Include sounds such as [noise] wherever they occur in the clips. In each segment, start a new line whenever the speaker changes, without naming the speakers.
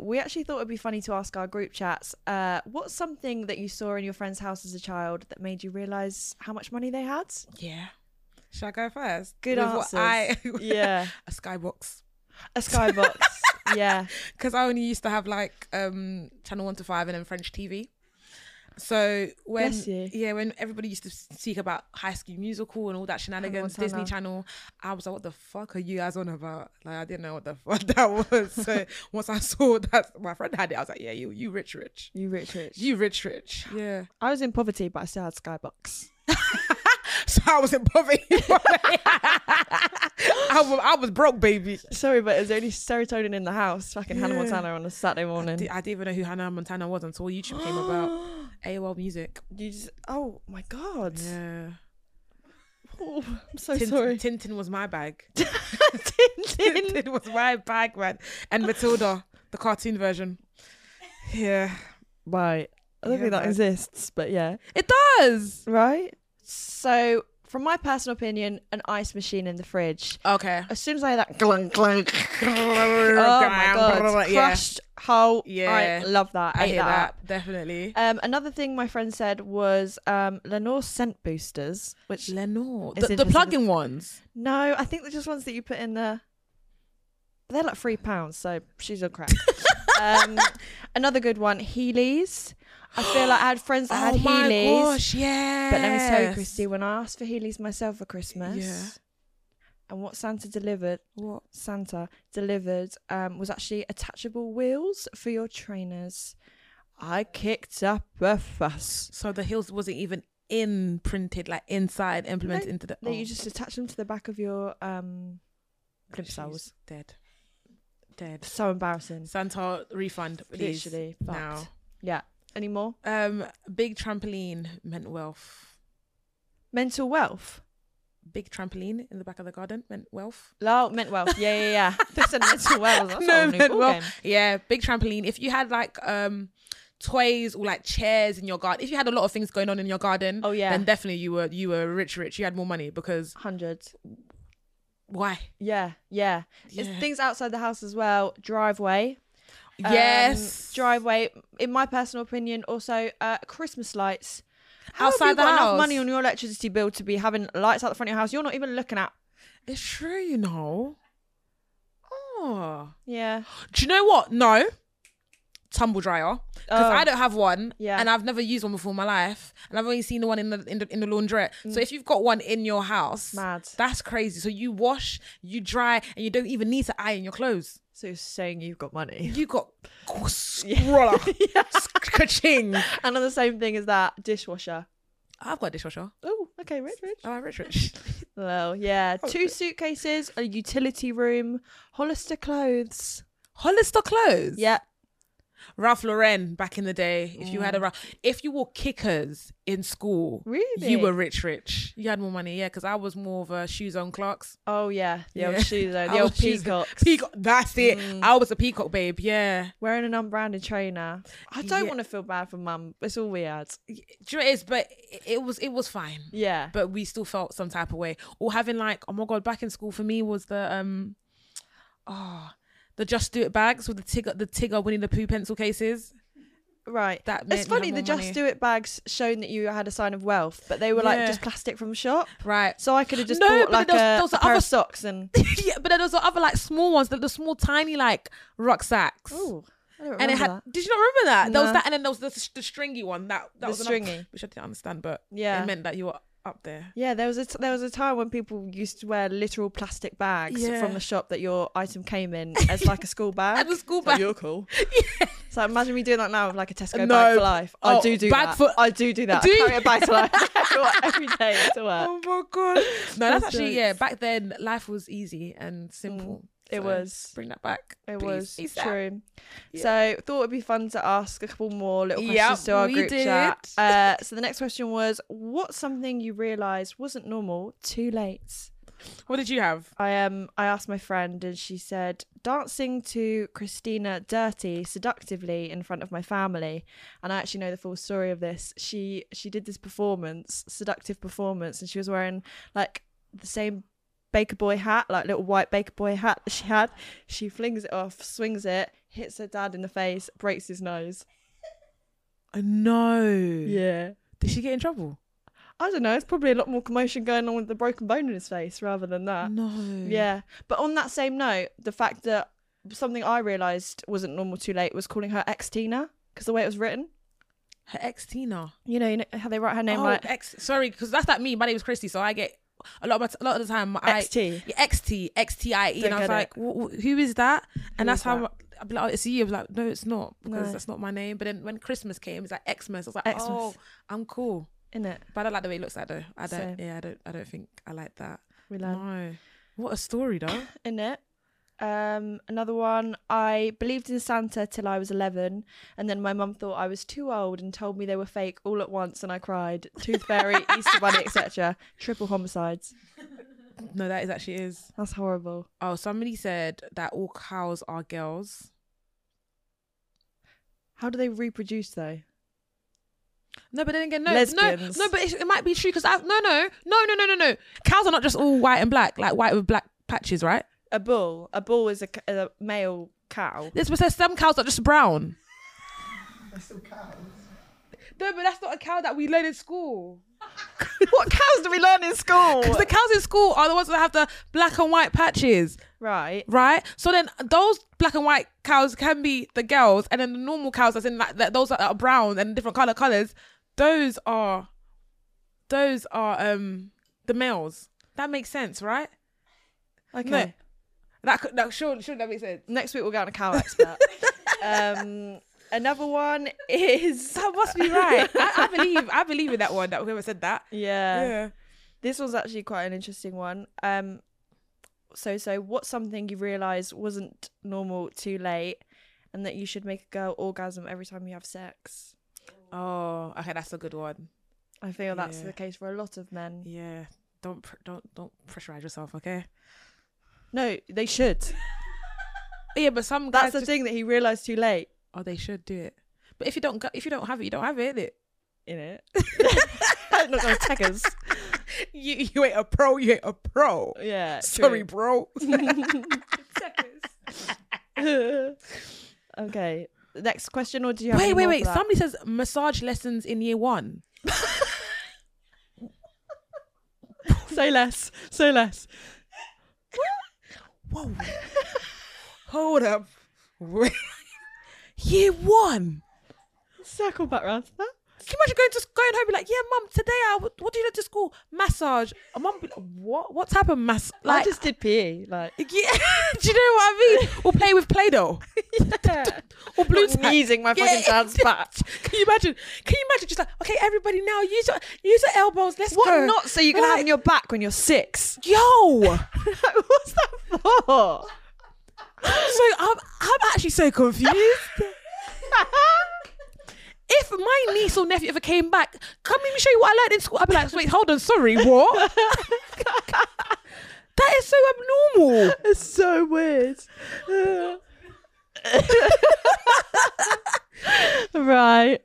we actually thought it'd be funny to ask our group chats uh, what's something that you saw in your friend's house as a child that made you realize how much money they had?
Yeah. Should I go first?
Good
With
answers. [laughs]
what I, [laughs]
yeah,
a skybox.
a skybox. [laughs] yeah,
because I only used to have like um channel one to five and then French TV. So when
Bless you.
yeah, when everybody used to speak about High School Musical and all that shenanigans,
Montana.
Disney Channel, I was like, "What the fuck are you guys on about?" Like I didn't know what the [laughs] fuck that was.
[laughs]
So once I saw that my friend had it, I was like, "Yeah, you, you rich, rich,
you rich rich.
you rich, rich." Yeah.
I was in poverty, but I still had skybox.
[laughs] So I was in poverty. [laughs] I was I was broke, baby.
[laughs] Sorry, but there's only serotonin in the house. Fucking Hannah
Yeah.
Montana on a [gasps] Saturday morning.
I didn't even know who Hannah Montana was until YouTube
[gasps]
came about. AOL Music.
You just, oh my god.
Yeah.
Oh, I'm so [laughs]
Tin-
sorry.
Tintin was my bag.
[laughs] Tintin.
Tintin was my bag, man. And Matilda, the cartoon version. Yeah.
Right. I don't
Yeah,
think that
man.
exists, but yeah.
It does.
Right? So, from my personal opinion, an ice machine in the fridge.
Okay.
As soon as I hear that,
Clunk, clunk.
[laughs] oh my god,
Yeah.
crushed whole.
Yeah.
I love that. I,
I
hate
hear
that.
that. Definitely.
Um, another thing my friend said was um, Lenore scent boosters, which
Lenore.
It's
The, the
interesting.
plug-in ones.
no, I think they're just ones that you put in the. They're like three pounds, so she's on crack. [laughs] um, another good one, Heelys. I feel like I had friends that had
oh my
Heelys.
gosh, yeah.
But let me tell you, Christy, when I asked for Heelys myself for Christmas,
Yeah.
and what Santa delivered,
What?
Santa delivered um, was actually attachable wheels for your trainers. I kicked up a fuss.
So the heels wasn't even in printed, like inside, implemented into the.
No, you
oh.
just attach them to the back of your um,
She's
plimsolls.
dead. Dead.
So embarrassing.
Santa refund, please.
Literally fucked.
now.
Yeah. Any more?
Um, big trampoline meant wealth.
Mental wealth.
Big trampoline in the back of the garden meant wealth.
Oh, meant wealth. Yeah, yeah, [laughs] yeah. they said mental wealth. That's no,
meant wealth. Yeah, big trampoline. If you had like um toys or like chairs in your garden, if you had a lot of things going on in your garden,
Oh, yeah.
then definitely you were you were rich, rich. You had more money because
Hundreds.
why?
Yeah, yeah.
Yeah.
It's things outside the house as well. Driveway. Um,
yes,
Driveway. In my personal opinion, also uh, Christmas lights. How
Outside
have you
the
got enough
house.
money on your electricity bill to be having lights out the front of your house? You're not even looking at.
It's true, you know. Oh,
Yeah.
do you know what? No, tumble dryer. because
Oh.
I don't have one,
Yeah.
and I've never used one before in my life, and I've only seen the one in the in the, in the laundrette. So if you've got one in your house,
Mm. Mad.
that's crazy. So you wash, you dry, and you don't even need to iron your clothes.
So you're saying you've got
[laughs]
money. [laughs]
You got roller, ka-ching.
Another same thing as that dishwasher.
I've got a dishwasher.
Oh, okay, rich, rich.
Oh, I'm rich, rich.
Well, yeah.
Oh,
Two suitcases, a utility room, Hollister clothes.
Hollister clothes.
Yeah.
Ralph Lauren back in the day. If you
Mm.
had a Ralph, if you wore kickers in school,
Really?
you were rich, rich. You had more money, yeah. Because I was more of a shoes on Clarks.
Oh yeah. The
Yeah.
old shoes,
[laughs]
though.
I
The old
was choosing-
peacocks.
Peacock. That's it.
Mm.
I was a peacock, babe. Yeah.
Wearing an unbranded trainer. I don't
Yeah.
want to feel bad for mum. It's all we had.
Do you know what it is? But it- it was it was fine.
Yeah.
But we still felt some type of way. Or having like, oh my god, back in school for me was the um, oh, the Just Do It bags with the Tigger the Tigger Winnie the Pooh pencil cases.
Right.
That meant
It's
you
funny
had
the
more
Just
money.
Do It bags shown that you had a sign of wealth, but they were like
Yeah.
just plastic from shop.
[laughs] Right.
So I could have just
No,
bought
but
like
there was-
a,
there was
a
the
pair
other-
of socks and.
yeah, but then there's the other like small ones, the, the small tiny like rucksacks.
Oh, I don't remember
And it had.
that.
Did you not remember that?
Nah.
There was that, and then there was the, the stringy one. That that
The
was
stringy.
another, which I didn't understand, but
Yeah.
it meant that you were up there.
Yeah, there was a t- there was a time when people used to wear literal plastic bags
Yeah.
from the shop that your item came
[laughs]
in as like a school bag.
At the school
It's like,
bag.
you're
[laughs]
cool. So imagine me doing that now with like a Tesco bag
No.
for life. I
Oh,
do do
bag
that.
for-
I do do that.
Do
[laughs] I carry
you?
a bag to
[laughs]
life every day to work.
Oh my god! No, that's,
That's
actually
jokes.
yeah. Back then, life was easy and simple.
it was.
Bring that back.
It
please.
was
ASAP.
true. So thought it'd be fun to ask a couple more little
Yep,
questions to our
we
group
did.
chat. Uh, so the next question was, what's something you realised wasn't normal too late?
What did you have?
I um I asked my friend and she said dancing to Christina Dirty seductively in front of my family and I actually know the full story of this. She she did this performance, seductive performance and she was wearing like the same baker boy hat, like little white baker boy hat that she had. She flings it off, swings it, hits her dad in the face, breaks his nose.
I know.
Yeah.
Did she get in trouble?
I don't know. It's probably a lot more commotion going on with the broken bone in his face rather than that.
no.
Uh, Yeah. But on that same note, the fact that something I realised wasn't normal too late was calling her ex Tina because the way it was written.
Her ex Tina.
You know, you know how they write her name
oh,
like
ex. Sorry, because that's like me. My name is Christy, so I get a lot of my t- a lot of the time. I,
XT.
Yeah, XT, XTIE,
Don't
and I was
get it.
like, "Wh- wh- "Who is that?" and
Who
that's
is
how
that?
I- I'd be like, oh, "It's you." I was like, "No, it's not," because
No.
that's not my name. But then when Christmas came, it's like Xmas. I was like,
Xmas.
"Oh, I'm cool,"
In it,
but I don't like the way it looks like though. I don't.
Same.
Yeah, I don't. I don't think I like that.
we learn.
No. What a story, though.
in it. Um, another one. I believed in Santa till I was eleven, and then my mum thought I was too old and told me they were fake all at once, and I cried. Tooth fairy, [laughs] Easter bunny, etc. Triple homicides.
[coughs] no, that is actually is.
That's horrible.
Oh, somebody said that all cows are girls.
How do they reproduce though?
No, but then again, no,
Lesbians.
no, no. But it, it might be true because I no, no, no, no, no, no, no. Cows are not just all white and black, like white with black patches, right?
A bull. A bull is a, c- a male cow.
This was says some cows are just brown. They're still cows. No, but that's not a cow that we learn in school.
[laughs] what cows do we learn in [laughs] school?
Because the cows in school are the ones that have the black and white patches,
Right.
right? So then those black and white cows can be the girls, and then the normal cows, as in like that, those that are brown and different color colors, those are, those are um the males. That makes sense, right?
Okay.
No. That could, that sure, sure that makes sense.
Next week we'll get on a cow [laughs] expert. um, another one is
That must be right. I, I believe, I believe in that one. That whoever said that. Uh,
yeah.
yeah.
This was actually quite an interesting one. Um, so so what's something you realise wasn't normal too late, and that you should make a girl orgasm every time you have sex?
Oh, okay, that's a good one.
I feel that's
Yeah.
the case for a lot of men.
Yeah, don't pr- don't don't pressurize yourself, okay?
No, they [laughs] should.
Yeah, but some guys
That's the
just-
thing that he realised too late.
oh they should do it. But if you don't go- if you don't have it, you don't have it, innit?
In [laughs] it, [laughs] not gonna tag us.
You you ain't a pro, you ain't a pro.
Yeah.
Sorry,
true.
bro.
[laughs] okay. Next question, or do you have
wait,
any
wait,
more
wait.
for that?
Somebody says massage lessons in year one.
[laughs] Say less. Say less.
Whoa. [laughs] Hold up. Wait. year one.
Circle back round to that.
Can you imagine going to s- going home and be like, yeah, mum, today I what, what do you do to school? Massage. And mum be like, what? What type of mass? Like,
I just did PE. Like [laughs]
Yeah, [laughs] do you know what I mean? Or play with Play-Doh
[laughs]
or blue tack.
Using my
Yeah.
fucking dad's back.
[laughs] Can you imagine? Can you imagine just like, okay, everybody now use your use your elbows. Let's
What
go.
not so you can have in
Like-
your back when you're six?
Yo.
[laughs]
[laughs]
What's that [laughs] for?
so I'm I'm actually so confused. [laughs] If my niece or nephew ever came back, come let me show you what I learned in school. I'd be like, wait, hold on, sorry, what? [laughs] that is so abnormal.
it's so weird. [laughs] right.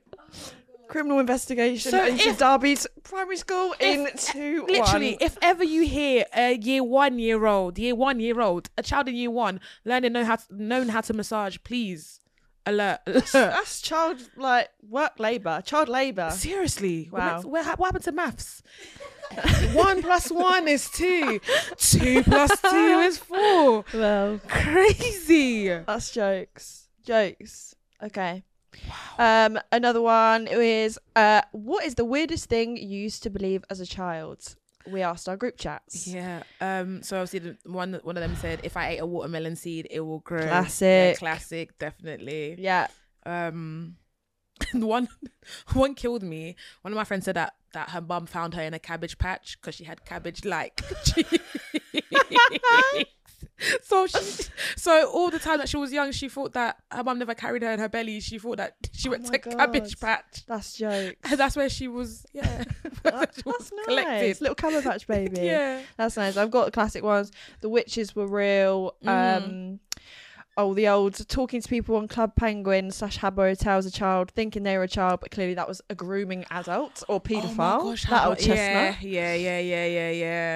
Criminal investigation
So
into
if-
Derby's primary school in
If-
two
[laughs] literally
one.
if ever you hear a year one year old year one year old a child in year one learning know how to, known how to massage please alert [laughs]
That's child like work labour, child labour.
seriously
Wow.
wow what, what happened to maths [laughs] one plus one is two two plus two is four
Well,
crazy
That's jokes. Jokes. Okay. Um, another one is uh, what is the weirdest thing you used to believe as a child? We asked our group chats.
yeah um so obviously the- one one of them said if i ate a watermelon seed it will grow Yeah,
Classic.
classic definitely [laughs]
Yeah. [laughs]
um [laughs] one [laughs] one killed me one of my friends said that that her mum found her in a cabbage patch because she had cabbage [laughs] like so she, so all the time that she was young she thought that her mum never carried her in her belly she thought that [laughs] she went
Oh my
to cabbage
God.
patch
That's jokes.
and that's where she was yeah
That- [laughs] that's
she was
nice.
collected.
Little Cabbage
[laughs]
Patch Baby.
yeah
That's nice. I've got classic ones. The witches were real.
Mm.
Um, oh, the old talking to people on Club Penguin slash Habbo Hotel as a child, thinking they were a child, but clearly that was a grooming adult or paedophile.
oh my gosh how
that old
about-
chestnut.
yeah yeah yeah yeah yeah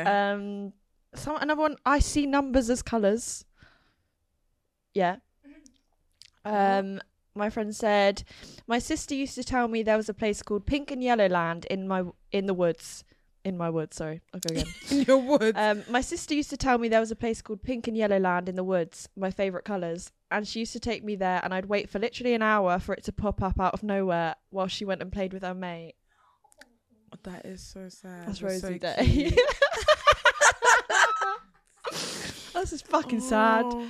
yeah
Um, Some another one. I see numbers as colors. Yeah.
Mm-hmm.
Um, my friend said, my sister used to tell me there was a place called Pink and Yellow Land in my in the woods. In my woods, sorry, I'll go
[laughs]
again.
in your woods.
Um, my sister used to tell me there was a place called Pink and Yellow Land in the woods, my favourite colours. And she used to take me there, and I'd wait for literally an hour for it to pop up out of nowhere while she went and played with her mate.
Oh, that is so sad.
That's
You're so
Rosie Day.
cute.
[laughs]
[laughs]
That's just fucking sad.
Oh.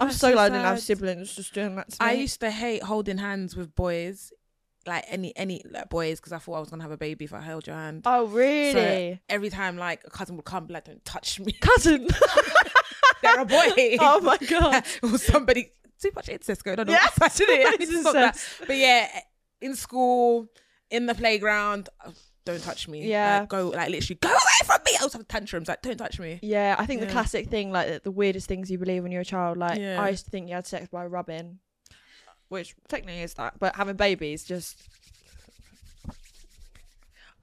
I'm
that's
so
so
glad I didn't have
sad.
siblings just doing that to me.
I used to hate holding hands with boys, like any any like boys, because I thought I was gonna have a baby if I held your hand.
oh,
So
really?
every time, like a cousin would come, be like, "Don't touch me."
[laughs] Cousin.
[laughs] They're a boy.
[laughs] oh my
[laughs]
god.
or somebody too much incest going on.
Yeah, [laughs]
actually,
it's
[laughs] But yeah, in school, in the playground, oh, don't touch me.
Yeah.
Like, go like literally go away from me. I was having tantrums like, don't touch me.
Yeah, I think the
Yeah.
classic thing, like the- the weirdest things you believe when you're a child. Like
Yeah.
I used to think you had sex by rubbing, which technically is that, but having babies just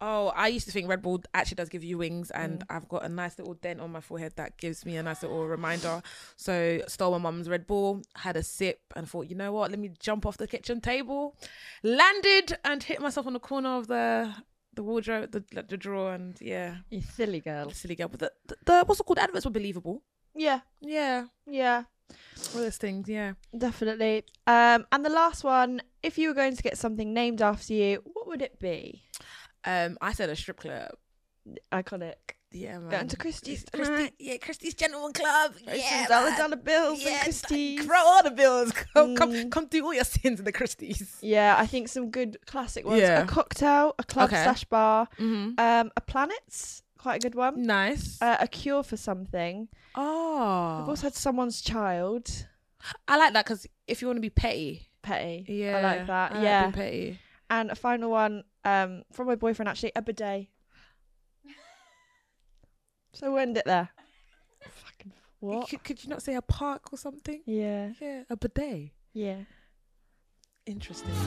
Oh, I used to think Red Bull actually does give you wings, and
Mm.
I've got a nice little dent on my forehead that gives me a nice little reminder. So, stole my mum's Red Bull, had a sip, and thought, you know what? Let me jump off the kitchen table. Landed and hit myself on the corner of the the wardrobe, the, the drawer, and yeah,
you silly girl.
silly girl. But the, the, the what's it called? Adverts were believable.
Yeah,
Yeah,
yeah,
all those things. Yeah.
definitely. Um, and the last one, if you were going to get something named after you, what would it be?
Um, I said a strip club.
Iconic.
Yeah, man.
Going to Christie's
Christie-
tonight.
yeah, Christie's Gentleman Club.
Throw
Yeah,
some dollar
man.
dollar bills
Yeah,
and Christie's.
Throw all the bills. [laughs] Come,
Mm.
come, come do all your sins in the Christies.
yeah, I think some good classic ones.
Yeah.
A cocktail, a club
Okay.
slash bar,
Mm-hmm.
um, a planets, quite a good one.
Nice.
Uh, a cure for something.
oh,
I've also had someone's child.
I like that because if you want to be petty,
Petty.
yeah,
I like that.
being
yeah.
petty.
and a final one um, from my boyfriend, actually, a bidet.
[laughs]
so we'll end it
[laughs]
there. Fucking what?
Could, could you not say a park or something?
Yeah.
Yeah, a bidet.
Yeah.
Interesting.